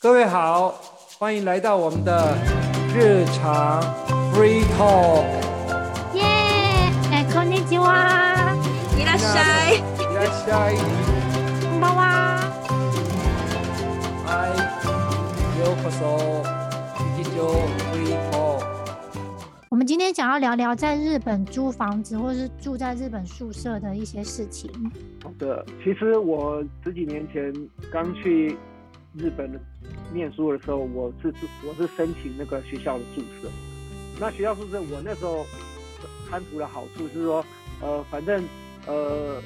各位好，欢迎来到我们的日常 free talk。耶，哎，こんにちは，伊拉塞，いらっしゃい。こんばんは。嗨，ようこそ。一九 free talk。我们今天想要聊聊在日本租房子或是住在日本宿舍的一些事情。好的，其实我十几年前刚去日本念书的时候，我是住我是申请那个学校的宿舍。那学校宿舍，我那时候贪图的好处是说，呃，反正呃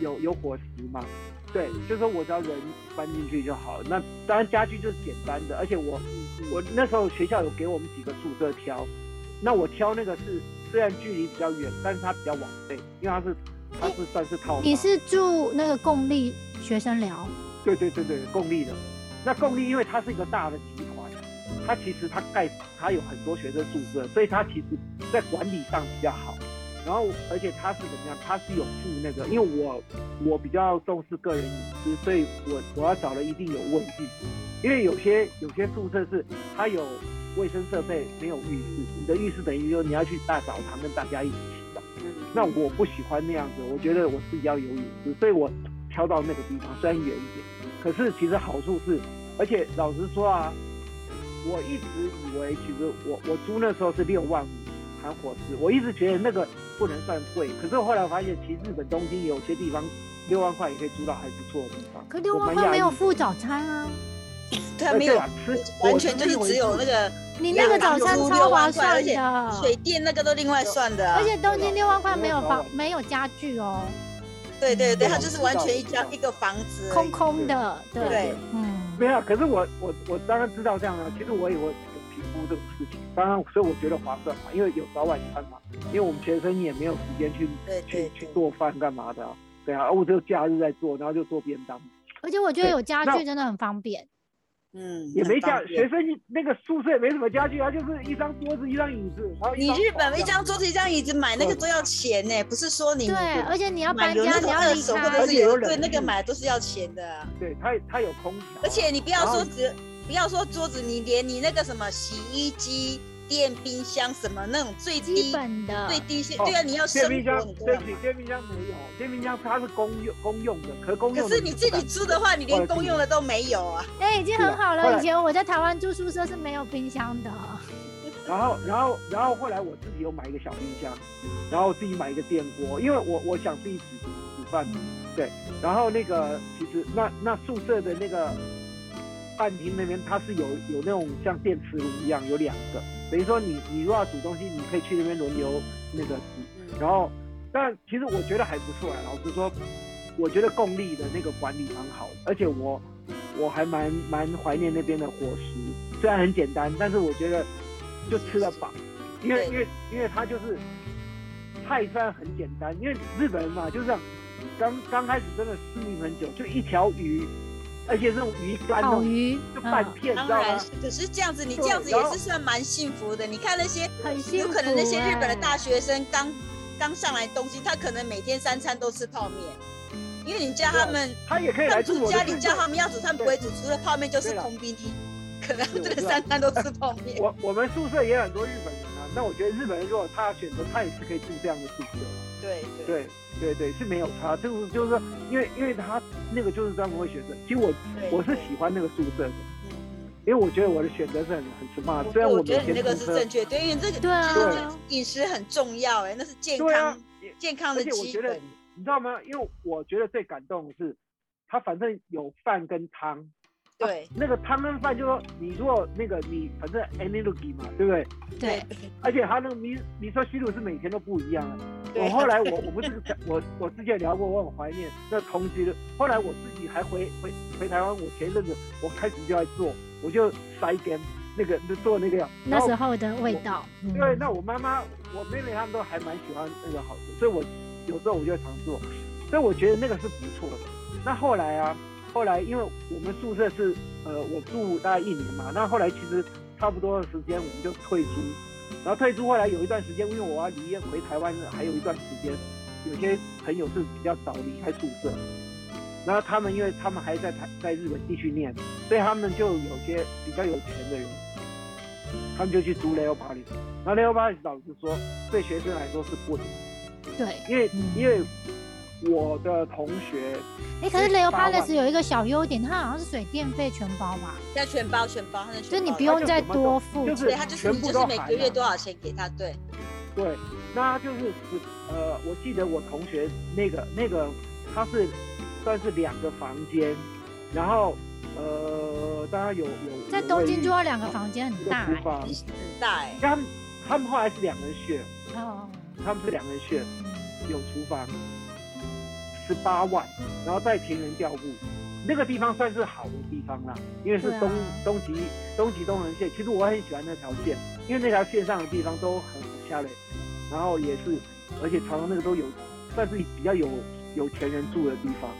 有有伙食嘛，对，就说我只要人搬进去就好了。那当然家具就是简单的，而且我我那时候学校有给我们几个宿舍挑，那我挑那个是虽然距离比较远，但是它比较往内，因为它是它是算是套房。你是住那个共立学生寮？对对对对，共立的。那共立因为它是一个大的集团，它其实它盖它有很多学生宿舍，所以它其实在管理上比较好。然后而且它是怎么样？它是有附那个，因为我我比较重视个人隐私，所以我我要找了一定有卫浴，因为有些有些宿舍是它有卫生设备没有浴室，你的浴室等于说你要去大澡堂跟大家一起洗澡。嗯那我不喜欢那样子，我觉得我自己要有隐私，所以我挑到那个地方，虽然远一点，可是其实好处是，而且老实说啊，我一直以为其实我我租那时候是六万五含伙食，我一直觉得那个不能算贵，可是我后来发现，其实日本东京有些地方六万块也可以租到还不错的地方。可六我万蛮块讶没有异附早餐啊！呃他没有对，啊吃完我全就是认为只有是那个你那那个个早餐六万超划块而算且的，水电那个都另外算的嗯啊而。且东京六万块没有我房我没有家具哦，对对对，嗯它就是完全一家我知道一个房子而已，空空的，对，对嗯，没有，可是我我我当然知道这样了。其实我也有评估这个事情，当然，所以我觉得划算嘛，因为有早晚餐嘛，因为我们学生也没有时间去对对去去对，做饭干嘛的啊、对啊，我只有假日在做，然后就做便当，而且我觉得有家那具真的很方便。嗯，也没很方家便学生那个宿舍也没什么家具啊，就是一张桌子、一张椅子，然后一你张日本床一张桌子一张椅子买那个都要钱呢，不是说你对，而且你要买搬有家，那你种要二离手开或。者而是且有有冷对那个气哦买都是要钱的啊，对，它它有空调啊，而且你不要然说后只不要说桌子，你连你那个什么洗衣机、电冰箱什么那种最基低本的，最低限，哦对啊，你要生电冰活啊箱你，都对要不买起，电冰箱没有，电冰箱它是公用公用的，可公用可的是你自不己敢租的话，哦你连公用的都没有啊。哎、已经很好后了。来啊以前我在台湾住宿舍是没有冰箱的，然后，然后，然后后来我自己又买一个小冰箱，然后自己买一个电锅，因为我我想自己煮煮饭，对。然后那个其实那那宿舍的那个饭厅那边，它是有有那种像电磁炉一样，有两个，等于说你你如果要煮东西，你可以去那边轮流那个煮。然后，但其实我觉得还不错啊。老实说，我觉得共立的那个管理蛮好的，而且我我还蛮蛮怀念那边的伙食，虽然很简单，但是我觉得就吃得饱，因为对因为因为它就是菜虽然很简单，因为日本人嘛就是这样，刚刚开始真的适应很久，就一条鱼，而且这种鱼干那烤种鱼，就半嗯，片，你哦当知道然吗是，？可是这样子，你对这样子然也后是算蛮幸福的。你看那些，很幸有福、可能那些欸日本的大哎学生刚刚上来东京，他可能每天三餐都吃泡面，因为你叫他们，他也可以来他们住煮我家的里宿叫舍。他们要煮，他们不会煮，除了泡面就是对啦空冰机，可能他们是真的是啊三餐都吃泡面。我我们宿舍也有很多日本人啊，那我觉得日本人如果他选择，他也是可以住这样的宿舍。对对对对对，是没有差，就是就是说因为因为他那个就是专门为学生。其实我对，我是对喜欢那个宿舍的，嗯嗯因为我觉得我的选择是很很 smart。我啊虽然我每觉得你天那个是出车正确，对，因为这个对啊其实这饮食很重要，哎，那是健对啊康，也健康的而且我基觉得本。你知道吗？因为我觉得最感动的是，他反正有饭跟汤，啊对那个汤跟饭就说你如果那个你反正 energy 嘛，对不对？对，而且他那个米米寿西鲁是每天都不一样的。对我后来我我不是我我之前聊过，我很怀念那同居的。后来我自己还回回回台湾，我前一阵子我开始就在做，我就塞根那个做那个哦药。那时然后候的味道。嗯对，那我妈妈、我妹妹她们都还蛮喜欢那个好吃，所以我有时候我就常做，所以我觉得那个是不错的。那后来啊，后来因为我们宿舍是呃我住大概一年嘛，那后来其实差不多的时间我们就退租，然后退租后来有一段时间，因为我要离回台湾了还有一段时间，有些朋友是比较早离开宿舍，然后他们因为他们还在台在日本继续念，所以他们就有些比较有钱的人，他们就去读 Leo p a l i s 然后 Leo p a l i s 老师说，对学生来说是不能，对，因为嗯因为我的同学哎，可是雷欧八巴万勒斯有一个小优点，它好像是水电费全包嘛，要全包全包，他的全包就是你不它用就再什么多都付就钱。是对他就是全你部就都是每含个月了多少钱给他，对，对，那就是只呃，我记得我同学那个那个他是算是两个房间，然后呃，当然有有在有东卫京浴住要两个房间很一个大厨房，你很大哎、他们他们后来是两人 share，欸哦，他们是两人 share，有厨房，十八万，然后在田园调布，那个地方算是好的地方啦，因为是对啊东、东极东极东横线，其实我很喜欢那条线，因为那条线上的地方都很下嘞，然后也是，而且常常那个都有算是比较有有钱人住的地方，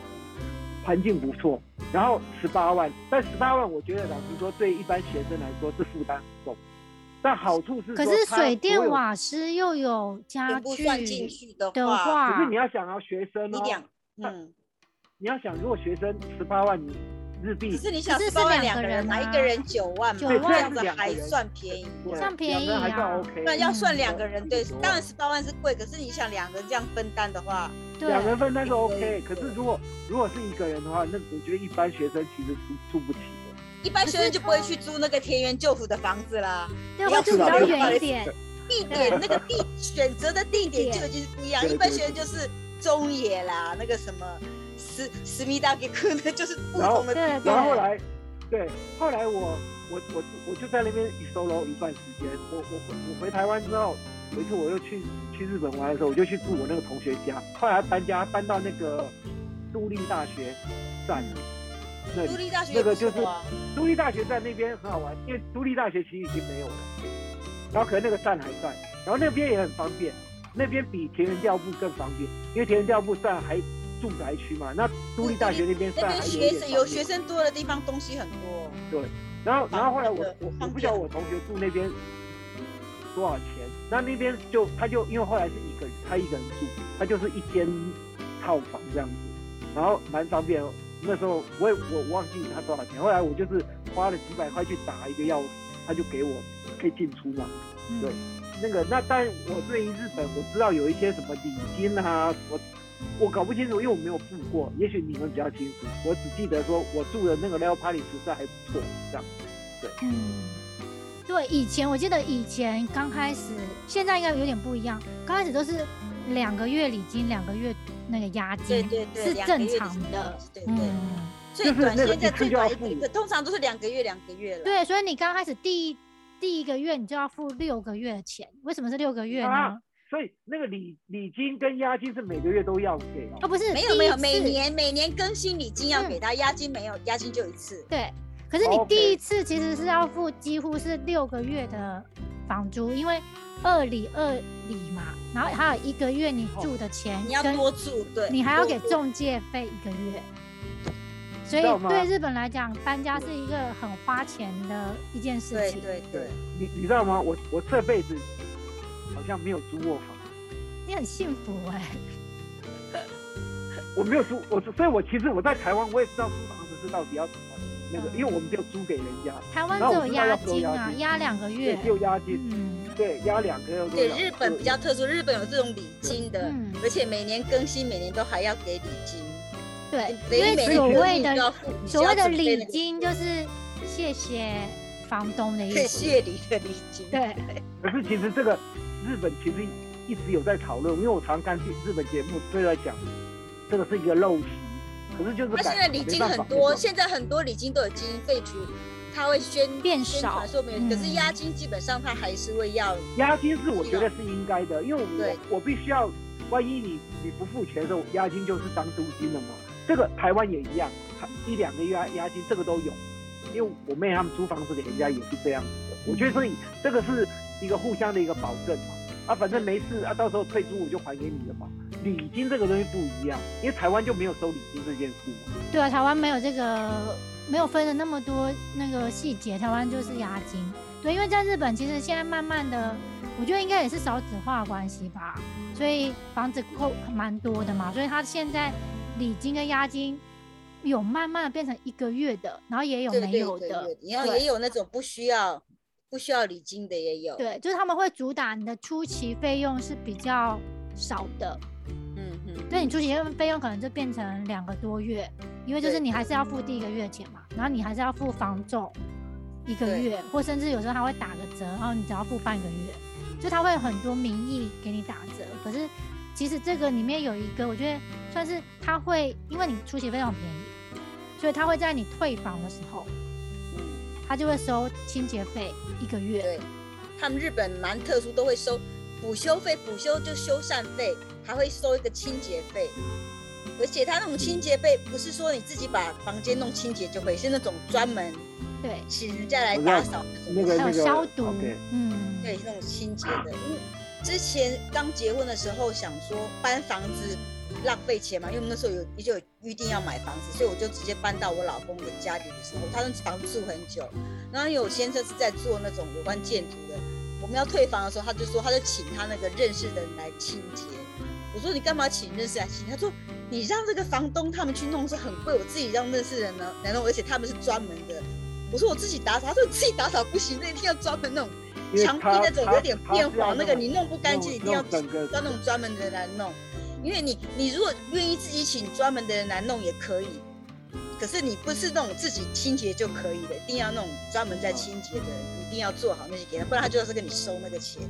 环境不错。然后十八万，但十八万我觉得老实说，对一般学生来说是负担不够，但好处是可说是它水电所有瓦斯又有家全部具算进去的的话，可话是，你要想要学生你哦，两嗯，你要想，如果学生十八万日币可，是你想可是是八万两两个个人人嘛，啊一个人九万嘛，九这万样子两个还人算便宜啊。对算便宜两个人还啊算 OK。那要算嗯两个人，对， 19万当然十八万是贵，可是你想两个人这样分担的话，两人对，分担是对 OK，可是如果如果是一个人的话，那我觉得一般学生其实住住不起的。一般学生就不会去租那个田园救府的房子啦。对，要会住是比老较人不好远意一思点，地点那个地选择的地地点就点已经是不一样，对一般对学生就是中野啦，那个什么思思密达给克的，就是不然后同的对地对然后后方。啊来，对，后来我我我我就在那边 solo 一段时间。我我回我回台湾之后，有一次我又去去日本玩的时候，我就去住我那个同学家。后来搬家搬到那个都立大学站那独里。立大学那也个不就是错啊，都立大学在那边很好玩，因为都立大学其实已经没有了，然后可能那个站还在，然后那边也很方便，那边比田园调布更方便，因为田园调布站还住宅区嘛，那都立大学那边那站还有边学点生有方学便。生多的地方东西很多，嗯然后然后后来我那个我我方不便晓得我同学住那边多少钱，那那边就他就因为后来是一个人他一个人住，他就是一间套房这样子，然后蛮方便。那时候我也我忘记他多少钱，后来我就是花了几百块去打一个钥匙，他就给我可以进出嘛。对嗯那个那但我对于日本我知道有一些什么礼金啊，我我搞不清楚，因为我没有住过，也许你们比较清楚。我只记得说我住的那个 Leo p a l i 实在还不错，这样。嗯，对，以前我记得以前刚开始，现在应该有点不一样，刚开始都是两个月礼金，两个月那个押对金，对对，是两个正月常是的，，对对。嗯。 最短就是那个现在一次最就要短付一个，通常都是两个月两个月了。对，所以你刚开始第一第一个月你就要付六个月的钱，为什么是六个月呢？啊所以那个礼礼金跟押金是每个月都要给哦，哦。不是，没第有一没有，每次年每年更新礼金要嗯给他，押金没有，押金就一次。对。可是你哦第一，OK 次其实是要付几乎是六个月的房租，因为二里二里嘛，然后还有一个月你哦住的钱，你要跟多住，对，你还要多给住中介费一个月，所以知道吗对日本来讲，搬家是一个很花钱的一件事对情。对对，你你知道吗？我我这辈子好像没有租过房，你很幸福哎、我没有租，我所以我其实我在台湾我也不知道租房子是到底要怎么那个，嗯因为我们只有租给人家，台湾然只后我有知道押要付金押啊，金押两个对月，。只有押金，嗯对，啊押两个月多对少？日本比较特殊，日本有这种礼金的，嗯，而且每年更新，每年都还要给礼金。对，所以因每为所谓年更新你就要的付你就所要谓的准备礼那个金就是谢谢房东的意对思。谢礼的礼金。对，可是其实这个日本其实一直有在讨论，因为我常看日本节目都在讲，这个是一个陋习，可是就是那现在礼金很多，现在很多礼金都已经废除，他会宣变宣少传说没有，可是嗯押金基本上他还是会要。押金是我觉得是应该的，因为对我我必须要，万一你你不付钱的时候，押金就是当租金了嘛。这个台湾也一样，它一两个月押押金这个都有，因为我妹他们租房子给人家也是这样子的。我觉得所以这个是一个互相的一个保证嘛。啊，反正没事啊，到时候退租我就还给你了嘛。礼金这个东西不一样，因为台湾就没有收礼金这件事嘛。对啊，台湾没有这个，没有分的那么多那个细节，台湾就是押金。对，因为在日本其实现在慢慢的，我觉得应该也是少子化的关系吧，所以房子够蛮多的嘛，所以他现在礼金跟押金有慢慢的变成一个月的，然后也有对没对有对的对，，然后对也有那种不需要不需要礼金的也有，，对，就是他们会主打你的初期费用是比较少的，嗯嗯，对你出席费用可能就变成两个多月，因为就是对你还是要付第一个月钱嘛，然后你还是要付房租一个对月，或甚至有时候他会打个折，然后你只要付半个月，就他会很多名义给你打折。可是其实这个里面有一个，我觉得算是他会，因为你出席费用很便宜，所以他会在你退房的时候，嗯，他就会收清洁费一个月。对，他们日本蛮特殊，都会收补修费，补修就修缮费，还会收一个清洁费。而且他那种清洁费不是说你自己把房间弄清洁就可以，是那种专门对，请人家来打扫那个还有那个消毒 OK，嗯，对，那种清洁的。因为之前刚结婚的时候想说搬房子浪费钱嘛，因为我们那时候有就有预定要买房子，所以我就直接搬到我老公的家里的时候，他那房子住很久，然后因为我先生是在做那种有关建筑的，我们要退房的时候，他就说他就请他那个认识的人来清洁。我说你干嘛请认识来清洁？他说你让这个房东他们去弄是很贵，我自己让认识人呢来弄，而且他们是专门的。我说我自己打扫，他说你自己打扫不行，那一定要专门弄。因为墙壁他那种他有点他变是要黄，那个你弄不干净，一定要弄整个要那种专门的人来弄。因为你你如果愿意自己请专门的人来弄也可以，可是你不是那种自己清洁就可以的，一定要那种专门啊在清洁的人，一定要做好那些给他，不然他就是跟你收那个钱。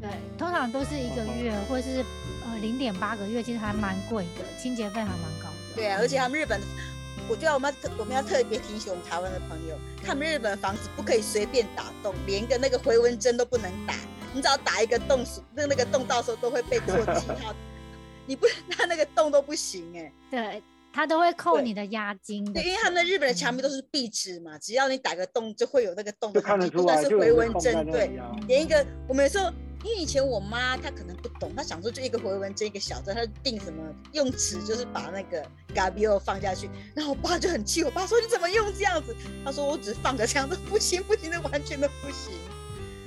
对，通常都是一个月，或是呃零点八个月，其实还蛮贵的，清洁费还蛮高的。对啊，而且他们日本的，我觉得我们要特我们要特别提醒我们台湾的朋友，他们日本房子不可以随便打洞，连个那个回纹针都不能打，你只要打一个洞，那那个洞到时候都会被做记号，你不他那个洞都不行哎、对，他都会扣对你的押金的对，钱。因为他们日本的墙壁都是壁纸嘛，只要你打个洞就会有那个洞就的看痕得迹，出就算来，是就回有纹空在针，那对里，啊。连一个我们有时候，因为以前我妈她可能不懂，她想说就一个回纹针一个小针，她就定什么用纸就是把那个 g a b i o 放下去，然后我爸就很气，我爸说你怎么用这样子？他说我只放个这样子，不行不行，那完全都不行。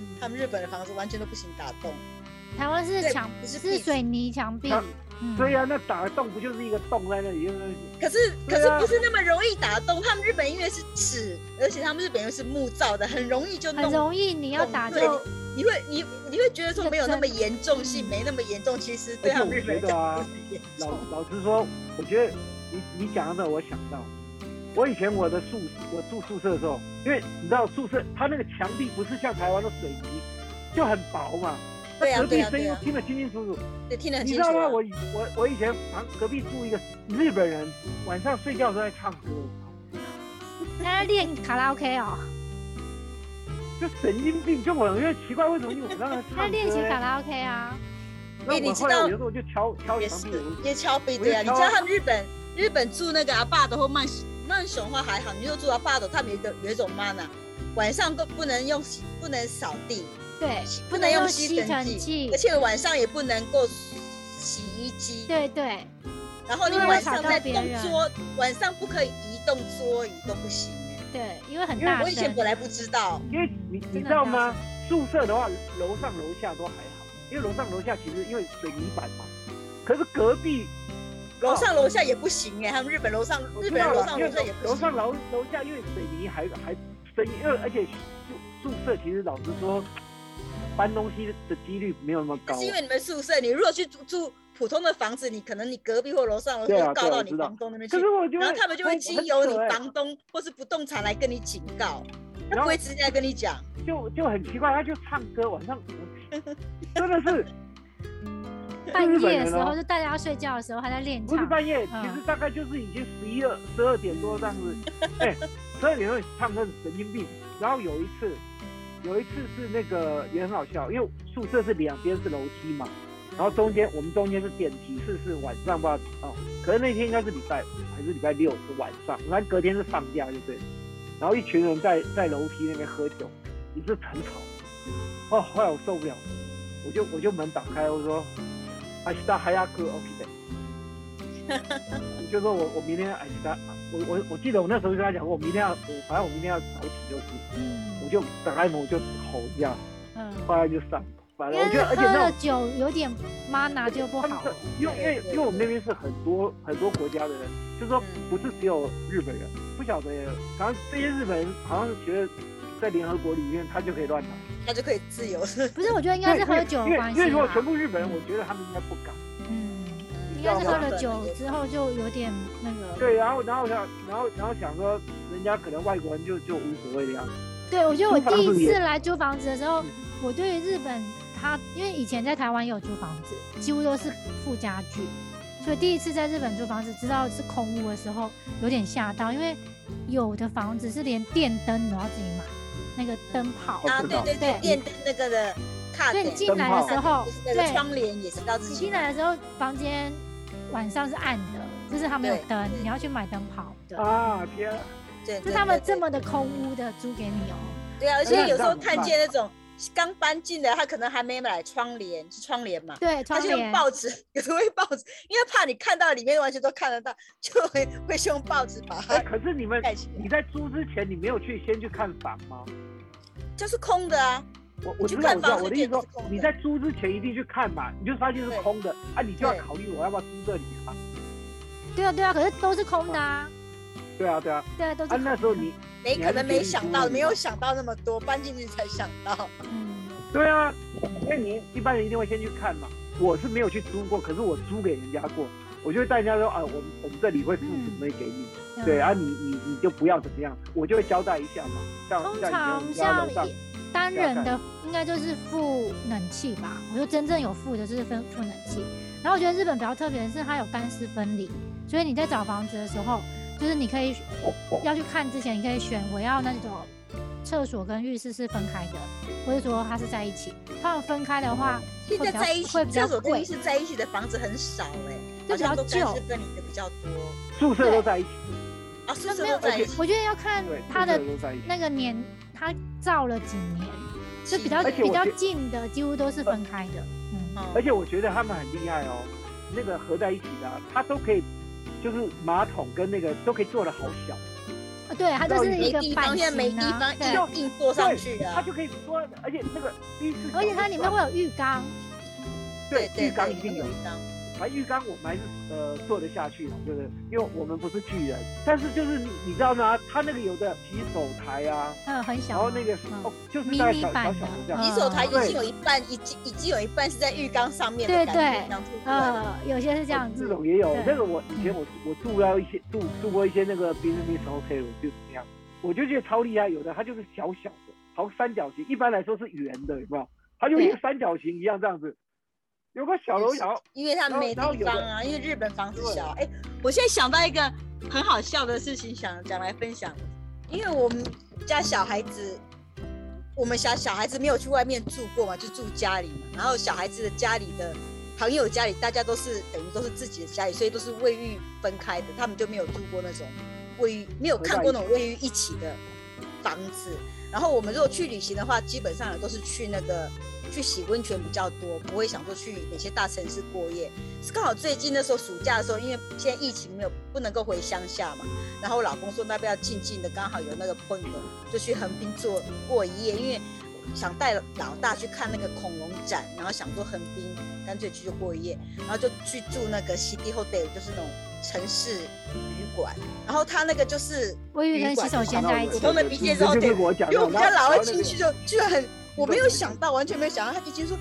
嗯他们日本的房子完全都不行打洞，台湾是对墙不是是壁纸水泥墙壁它，嗯，对呀、啊那打个洞不就是一个洞在那里？就是可是可对是啊不是那么容易打洞，他们日本因为是纸，而且他们日本因为是木造的，很容易就很弄容易你要打对就你会你你会觉得说没有那么严重性，嗯没那么严重，其实对他而且们我日本觉人得啊讲不是严老重。老实说，我觉得你你讲到这，我想到，我以前我的宿我住宿舍的时候，因为你知道宿舍它那个墙壁不是像台湾的水泥，就很薄嘛， 对啊隔壁对啊声音对都啊，听得清清楚楚。对听得很你清知楚啊。道吗？我以我我以前旁隔壁住一个日本人，晚上睡觉都在唱歌，他在练卡拉 OK 哦，就神经病，就我就奇怪为什么你晚 上在他在唱练习歌呢？卡拉 OK 啊，哎那你我知后来道有时候我就敲敲也墙是壁，我就也敲背我就对啊，你敲知道他们日本日本住那个阿爸的或曼曼雄话还好，你就住阿爸的，他们有一个有一种妈呢，晚上都不能用洗不能扫地，对，不能能用吸尘尘器而，且晚上也不能够洗衣机。对对然后你因为会晚吵上到在别动人桌，晚上不可以移动桌椅都不行哎。对，因为很因为大我以前声，本来不知道，因为你你嗯真知的道很大吗声？宿舍的话，楼上楼下都还好，因为楼上楼下其实因为水泥板嘛。可是隔壁楼上楼下也不行哎，他们日本楼上我日知本人道楼了，上因为楼下也不楼行。上楼楼下因为水泥还还声音，因为而且宿宿舍其实老实说，搬东西的几率没有那么高啊那。是因为你们宿舍，你如果去住住普通的房子，你可能你隔壁或楼上楼对下啊就告对啊到我你知道房东那边去可，是我就然后他们就会很经很由扯你欸房东或是不动产来跟你警告，他然不后会直接来跟你讲。就就很奇怪，他就唱歌，晚 上真的是半日本夜的人时候哦就大家要睡觉的时候，他在练不是唱，半夜，嗯其实大概就是已经十一二十二点多这样子， 哎、十二点多唱歌很神经病。然后有一次，有一次是那个也很好笑，因为宿舍是两边是楼梯嘛，然后中间我们中间是电梯，是是晚上吧，哦，可是那天应该是礼拜还是礼拜六是晚上，反正隔天是放假就对了。然后一群人在在楼梯那边喝酒，也是很吵。哦，后来我受不了，我就我就门打开，我说，阿西达还要喝 OK 的。 就说我我明天哎，他我我我记得我那时候就跟他讲过，我明天要我反正我明天要早起就是，嗯我就打开门我就吼一下，嗯，后来就上了。反因而我觉为得，而且喝那了种酒有点妈拿就不他们好是了。因为因为因为我们那边是很多很多国家的人，就是说嗯嗯不是只有日本人，不晓得，好像这些日本人好像是觉得在联合国里面他就可以乱来。他就可以自由。不是，我觉得应该是喝酒因为的关因为因为系如果啦全。部日本人，我觉得他们应该不敢。嗯，嗯应该是喝了 那酒个之后就有点那个。对，然后然后想然后然后想说，人家可能外国人就就无所谓的样子。对，我觉得我租房第一子也次来租房子的时候嗯，我对于日本它，因为以前在台湾也有租房子，几乎都是附家具，所以第一次在日本租房子，知道是空屋的时候，有点吓到，因为有的房子是连电灯你都要自己买，那个灯泡。哦啊，对对对对，电灯那个的卡所以点你，进来的时候就是，那个对，窗帘也是要自你己进买。来的时候，房间晚上是暗的，就是它没有对灯，对你要去买灯泡。对，啊天啊！对，就对他们对这对么的空屋的租给你哦。对啊，而那且 你有知时道候怎么看办见那种刚搬进来，他可能还没买窗帘，是窗帘嘛，对，窗他就用帘。报纸， 有时候会报纸，因为怕你看到里面完全都看得到，就会会用报纸把它哎，可是你们盖起来你，在租之前，你没有去先去看房吗？就是空的啊。我我去知道我看知道，房我的是意思电说子空，的你在租之前一定去看嘛，你就发现是对空的啊，你就要对考虑我要不要租这里啊？对啊，对啊，可是都是空的啊。对啊对啊，对啊，都是啊空的。那时候你没你可还是决能没定想租到，了没你有吧想到那么多，搬进去才想到。嗯，对啊，因为你一般人一定会先去看嘛。我是没有去租过，可是我租给人家过，我就会带人家说啊，我们我们这里会付嗯什么东西给你，对啊，你你你就不要怎么样，我就会交代一下嘛。像通像以前我常们家像楼上一单人的应该就是付冷气吧，我就真正有付的就是分付冷气。然后我觉得日本比较特别的是它有干湿分离，所以你在找房子的时候，就是你可以要去看之前，你可以选我要那种厕所跟浴室是分开的，或者说它是在一起。通常分开的话会比现在较在一会比起，较厕所跟浴贵，室在一起的房子很少哎，就好比较像都干旧湿。分离的比较多宿舍都在一起，啊，宿那舍没有都在一起，我觉得要看对，宿它的舍都在一起。那个年，它造了几年，就比较而且我比较觉近的几乎都是分开的。嗯，嗯而且我觉得他们很厉害哦，那个合在一起的啊、它都可以，就是马桶跟那个都可以做的好小，啊对，它就是没一没个地版方，现在没型地啊方，对，硬硬坐上去它啊。就可以做，而且那个第一次，而且它里面会有浴缸，对对浴缸对，一定有有浴，缸。反正浴缸我们还是呃做得下去的，对不对？因为我们不是巨人，但是就是你你知道吗？它那个有的洗手台啊，嗯，很小然嘛，后那个、嗯哦，就是迷大概你小小版小的的这样，洗手台已对经有一半，已经已经有一半是在浴缸上面对的感对觉，这样子出来呃，有些是这样哦这子，种也有对。嗯那个我以前我我住到一些住住过一些那个 business hotel 就怎么样，我就觉得超厉害。有的它就是小小的，好像三角形，一般来说是圆的，有没有？它就一个三角形一样这样子。有个小楼小，因为他然后没地然后有的方啊，因为日本房子对小。哎、我现在想到一个很好笑的事情，想讲来分享。因为我们家小孩子，我们小小孩子没有去外面住过嘛，就住家里嘛。然后小孩子的家里的朋友家里，大家都是呃等于都是自己的家里，所以都是卫浴分开的，他们就没有住过那种卫浴，没有看过那种卫浴一起的房子。然后我们如果去旅行的话，基本上也都是去那个去洗温泉比较多，不会想说去哪些大城市过夜。是刚好最近那时候暑假的时候，因为现在疫情没有不能够回乡下嘛，然后我老公说那边要静静的，刚好有那个朋友就去横滨坐过一夜，因为想带老大去看那个恐龙展，然后想说横滨干脆去就过一夜，然后就去住那个 City Hotel，就是那种城市旅馆，然后他那个就是卫浴跟洗哎手间在一我起都，没毕业之后就是得我讲的，因为我们家老啊然二后进去就居然很，我没有想到，完全没有想到，他一进去说，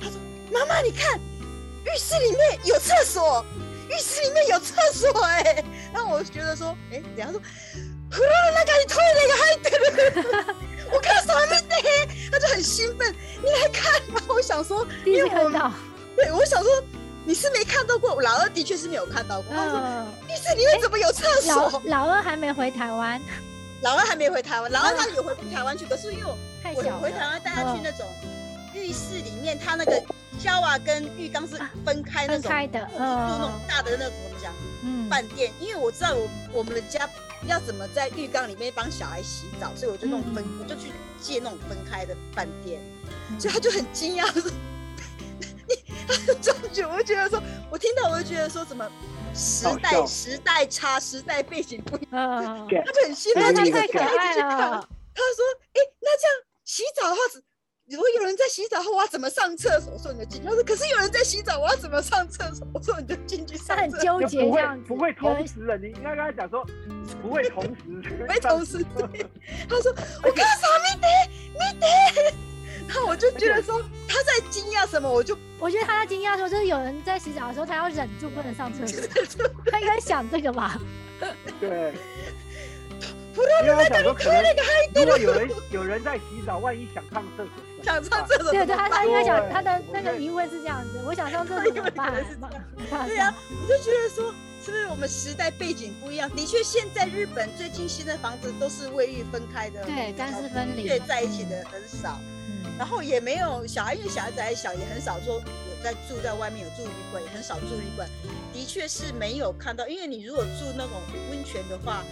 他说妈妈你看，浴室里面有厕所，浴室里面有厕所哎、然后我就觉得说，哎、等一下说。呼啦啦，赶紧推那个还得， 我看到什么没得？他就很兴奋，你来看吧。我想说，第一次因为我看到，对我想说，你是没看到过，老二的确是没有看到过。他说，嗯，浴室里面怎么有厕所？老老二还没回台湾，老二还没回台湾，老二他有回台湾去，可是因为我太我小回台了，嗯湾带他去那种浴室里面，他那个 shower 跟浴缸是分开那啊分种，开的，住那种嗯大的那种怎么讲嗯，饭店，因为我知道我我们的家要怎么在浴缸里面帮小孩洗澡，所以我就弄分，嗯我就去借那种分开的饭店，嗯所以他就很惊讶说：“你，他就觉，我就觉得说，我听到我就觉得说怎么时好代笑时代差，时代背景不一样，嗯，对他就很兴因为奋，对他他就对一对太可直看，一直去爱看。”了，他说：“哎、那这样洗澡的话，如果有人在洗澡，我要怎么上厕所？我说你就进去。他说可是有人在洗澡，我要怎么上厕所？我说你就进去他上很厕所。纠就结不这会样子，不会有人同时的，你应该跟他讲说不会同时， 没同时，对他说我干啥没得没得，然后我就觉得说他在惊讶什么，我就我觉得他在惊讶说，就是有人在洗澡的时候，他要忍住不能上厕所，他应该想这个 吧？对。不要因为他想说可能，如果有人有人在洗澡，万一想上厕所，想上厕所。对对，他他应该想对他的那我个会疑问是这样子，我想上厕所怎么办？ 对啊呀、我就觉得说，是不是我们时代背景不一样？的确，现在日本最近新的房子都是卫浴分开的，对干湿分离对，在一起的很少，嗯然后也没有小孩，因为小孩子还小，也很少说有在住在外面有住旅馆，也很少住旅馆。的确是没有看到，因为你如果住那种温泉的话，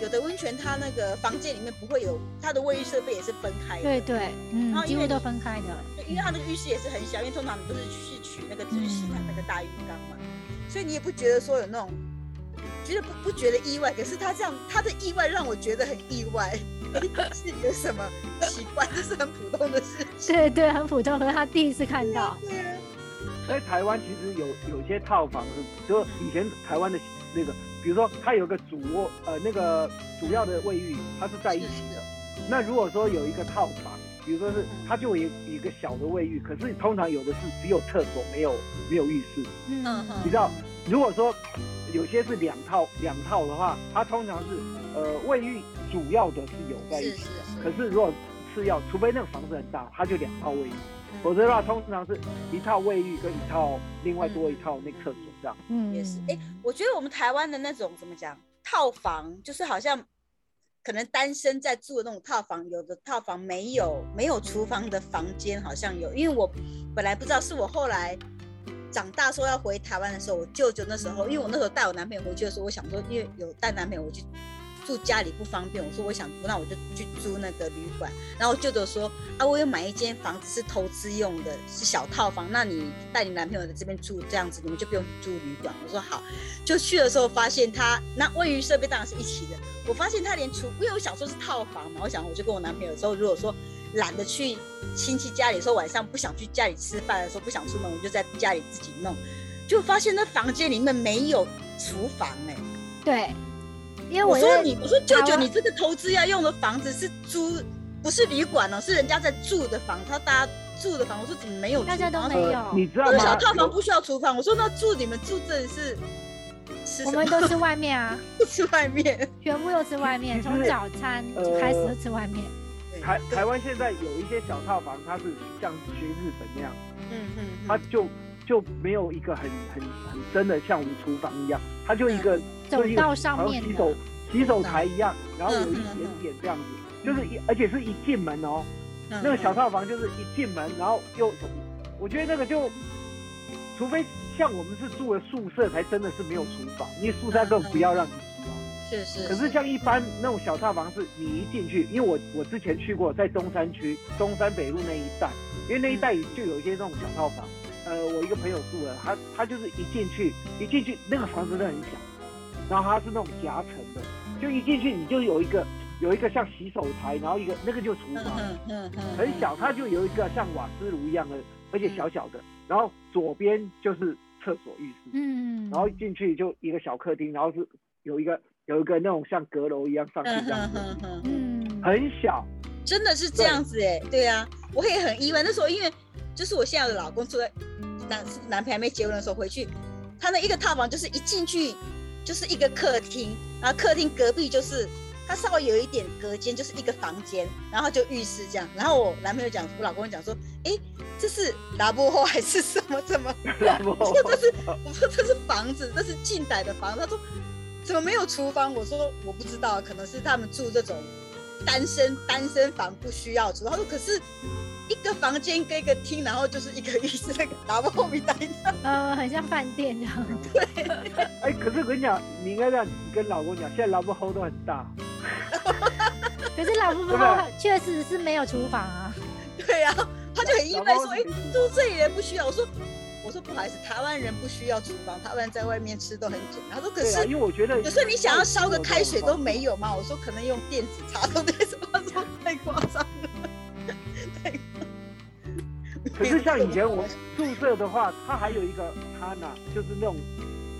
有的温泉它那个房间里面不会有，它的卫浴设备也是分开 的，对对，嗯然，后几因乎为都你分开的。因为它的浴室也是很小，因为通常你都是去取那个就是洗它那个大浴缸嘛，所以你也不觉得说有那种，觉得不不觉得意外。可是他这样，他的意外让我觉得很意外， 是有什么奇怪？这是很普通的事情。对对，很普通，可是他第一次看到，对啊，所以台湾其实有有些套房是，就以前台湾的那个，比如说它有个主卧，呃，那个主要的卫浴，它是在一起的。那如果说有一个套房，比如说是它就有一个小的卫浴，可是通常有的是只有厕所没有没有浴室。嗯，哼你知道，如果说有些是两套两套的话，它通常是呃卫浴主要的是有在一是起是，可是，是如果次要，除非那个房子很大，它就两套卫浴，否则的话通常是一套卫浴跟一套另外多一套那个厕所这样。嗯，也是。哎、我觉得我们台湾的那种怎么讲套房，就是好像。可能单身在住的那种套房，有的套房没有没有厨房的房间好像有，因为我本来不知道，是我后来长大说要回台湾的时候，我舅舅那时候，因为我那时候带我男朋友回去的时候，我想说，因为有带男朋友回去住家里不方便，我说我想那我就去租那个旅馆，然后我舅舅说啊，我有买一间房子是投资用的，是小套房，那你带你男朋友在这边住这样子，你们就不用住旅馆。我说好，就去的时候发现他那卫浴设备当然是一起的，我发现他连厨，因为我想说是套房嘛，我想我就跟我男朋友说，如果说懒得去亲戚家里，说晚上不想去家里吃饭的时候，不想出门，我就在家里自己弄，就发现那房间里面没有厨房哎、对，因为我觉说得你，我说舅台舅，湾你这个投资要用的房子是租，不是旅馆哦，是人家在住的房，他大家住的房。我说怎么没有厨大房？家都他没说有呃，你知道我吗的小套？房有不需要厨房。我说那住你们住这里是吃我什们么？都吃外面啊， 吃外面。全部都吃外面，其从实早餐呃开始就吃外面。对台台湾现在有一些小套房，它是像学日本那样，嗯嗯嗯，它就就没有一个很很很真的像我们厨房一样，它就一个嗯走就一个道上好像面洗的手洗手台一样，然后有一嗯点嗯嗯点这样子，就是一而且是一进门哦，那那个小套房就是一进门，然后又，我觉得那个就，除非像我们是住的宿舍，才真的是没有厨房，因为宿舍更不要让你厨房。是是，可是像一般那种小套房是，你一进去，因为我我之前去过，在中山区中山北路那一带，因为那一带就有一些那种小套房。呃，我一个朋友住了，他他就是一进去，一进去那个房子真的很小，然后它是那种夹层的，就一进去你就有一个有一个像洗手台，然后一个那个就是厨嗯房。嗯嗯嗯，很小，它就有一个像瓦斯炉一样的，而且小小的，然后左边就是厕所浴室，嗯，然后进去就一个小客厅，然后是有一个有一个那种像阁楼一样上去嗯。嗯这样嗯子，嗯嗯嗯，嗯，很小，真的是这样子哎、对啊，我也很意外。那时候因为就是我现在的老公住在男男朋友还没结婚的时候回去，他那一个套房就是一进去就是一个客厅，然后客厅隔壁就是他稍微有一点隔间，就是一个房间，然后就浴室这样。然后我男朋友讲，我老公讲说，诶，这是拿破花还是什么什么？然后我说 这是，哦我说这是房子，这是近代的房子。他说怎么没有厨房？我说我不知道，可能是他们住这种单身单身房不需要厨房。他说可是一个房间跟一个厅，然后就是一个浴室，那个打包后面带呃，很像饭店这样。哎，可是我跟你讲，你应该这样跟老公讲，现在老婆喉都很大，可是老夫妇对不对确实是没有厨房啊，对啊，他就很意老外公说，哎、住这里人不需要。我说我说不好意思，台湾人不需要厨房，台湾人在外面吃都很简单。他说可对啊，是因为我觉得有时候你想要烧个开水都没有嘛？我 说可能用电子茶都那什么，他说太夸张了。可是像以前我宿舍的话，它还有一个摊呐，就是那种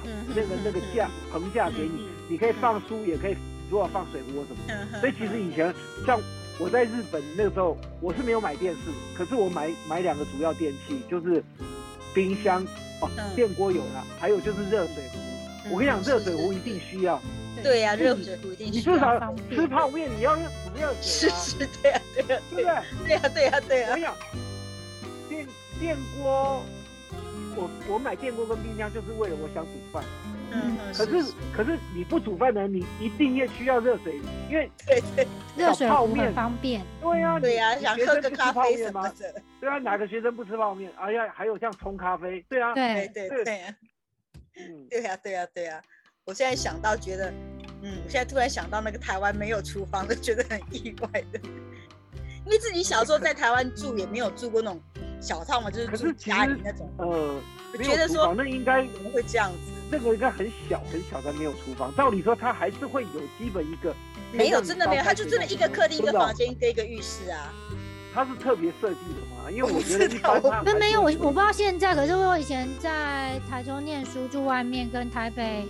嗯那个那个架棚架给你，你可以放书，也可以如果放水壶或什么。嗯哼所以其实以前像我在日本那个时候，我是没有买电视，可是我买买两个主要电器，就是冰箱哦嗯，电锅有了，还有就是热水壶。我跟你讲，嗯热水壶一定需要，对呀，热水壶一定你需至要少方便吃泡面你要热煮热是水啊，是，对呀对呀对不对？ 对呀对呀对我呀，跟你讲，电电锅，我我买电锅跟冰箱就是为了我想煮饭。嗯哼，可是可是你不煮饭呢，你一定也需要热水，因为对对热水泡壶面很方便，对呀、啊，对呀，你想学喝生个不吃咖泡啡面什么吗的，对啊，哪个学生不吃泡面？哎呀，还有像冲咖啡，对啊，对对，对对对呀嗯，对呀对呀对呀，我现在想到觉得，嗯，我现在突然想到那个台湾没有厨房，都觉得很意外的，因为自己小时候在台湾住也没有住过那种小套嘛，就是可是住其家里实那种，呃，我没觉有得厨说房，那应该怎么会这样子？那个应该很小很小的没有厨房，照理说它还是会有基本一个，没有，真的没有，他就真的一个客厅、一个真的哦房间、一个一个浴室啊。它是特别设计的嘛，因为我觉得我不一知道般它那没有还我我是不知道现在，可是我以前在台中念书住外面，跟台哎北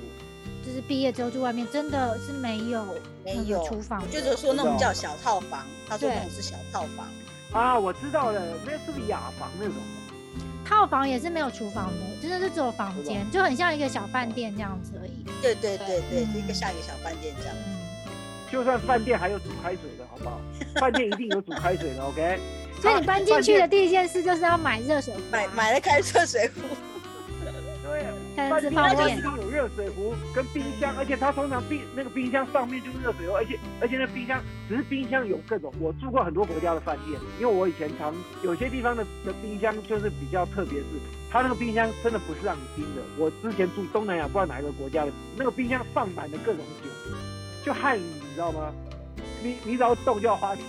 就是毕业之后住外面，真的是没有没那个有厨房我的，就是说那种叫小套房，他说对那种是小套房，啊，我知道了，那是不是雅房那种？套房也是没有厨房的，真的是只有房间，就很像一个小饭店这样子而已。对对对对，嗯就一个像一个小饭店这样。嗯，就算饭店还有煮开水的好不好？饭店一定有煮开水的，OK？ 嗯啊所以你搬进去的第一件事就是要买热水壶啊，买买了开热水壶，对，啊才能饭吃店泡它面一。定有热水壶跟冰箱，而且它通常冰那个冰箱上面就是热水壶，而且而且那冰箱只是冰箱有各种，我住过很多国家的饭店，因为我以前常有些地方的的冰箱就是比较特别是，它那个冰箱真的不是让你冰的。我之前住东南亚不知道哪一个国家的，那个冰箱放满了各种酒，就汉语你知道吗？你你只要动就要花钱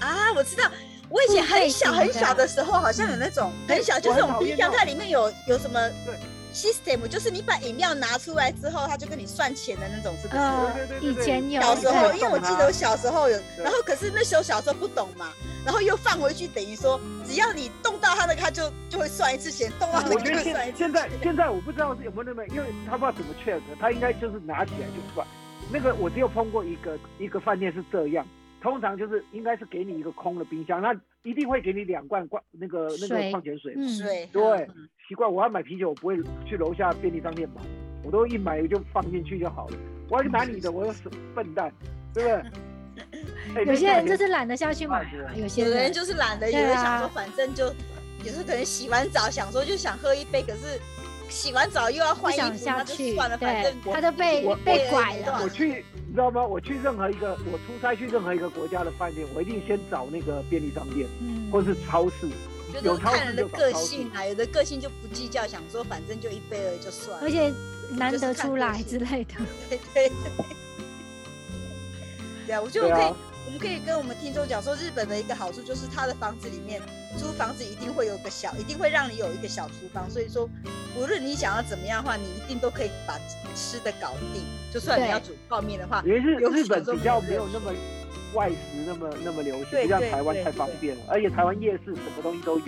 的。啊，我知道。我以前很小很小的时候，好像有那种很小，就是那种冰箱，它里面有有什么对 system，就是你把饮料拿出来之后，它就跟你算钱的那种，是不是？呃对对，对以对前有小时候，对因为我记得我小时候有，对然后可是那时候小时候不懂嘛，然后又放回去，等于说只要你动到它那个，它就就会算一次钱，动嗯到那我个觉就得会现算一次现钱。在现在我不知道是有没有那么，因为他不知道怎么 check，他应该就是拿起来就算。那个我只有碰过一个一个饭店是这样，通常就是应该是给你一个空的冰箱，那一定会给你两罐罐那个那个水矿泉水。嗯对对，奇怪，我要买啤酒，我不会去楼下便利商店买，我都一买就放进去就好了。我要拿你的，我又是笨蛋，对不对？ 哎有些人就是是懒得下去买啊，有些有的人人就是懒得，有对啊人想说反正就，有时候可能洗完澡想说就想喝一杯，可是洗完澡又要不换衣想服，那下就去，算了，反对正，他都被我被拐了我。去，你知道吗？我去任何一个，我出差去任何一个国家的饭店，我一定先找那个便利商店嗯，或是超市。觉得有超看市人的就找个超市性。啊，有的个性就不计较，想说反正就一杯而已就算了而。且难得出来之类的。对对对， 对啊，我觉得对我可以，啊，我们可以跟我们听众讲说，日本的一个好处就是它的房子里面租房子一定会有个小，一定会让你有一个小厨房，所以说无论你想要怎么样的话，你一定都可以把吃的搞定。就算你对要煮泡面的话，因为是有日小本众比较的没有那么外食那么那么流行，对不像对台湾对太方对便了，而且台湾夜市什么东西都有。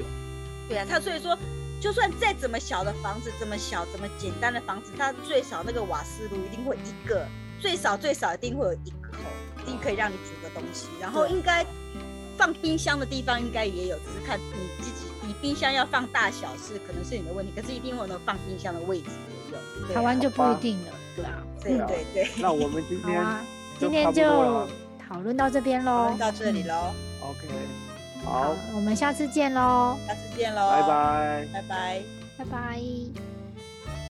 对啊，它所以说，就算再怎么小的房子，怎么小怎么简单的房子，它最少那个瓦斯炉一定会一个，最少最少一定会有一口，一定可以让你煮个东西。然后应该放冰箱的地方应该也有，只是看你自己，你冰箱要放大小是可能是你的问题，可是一定会有放冰箱的位置也有。对台啊湾就不一定了，对啊。对啊对对，那我们今好天啊，就今天差不就多了讨论到这边讨喽论。到这里喽， OK，好好，，我们下次见喽，下次见喽，拜，拜。拜拜。拜拜。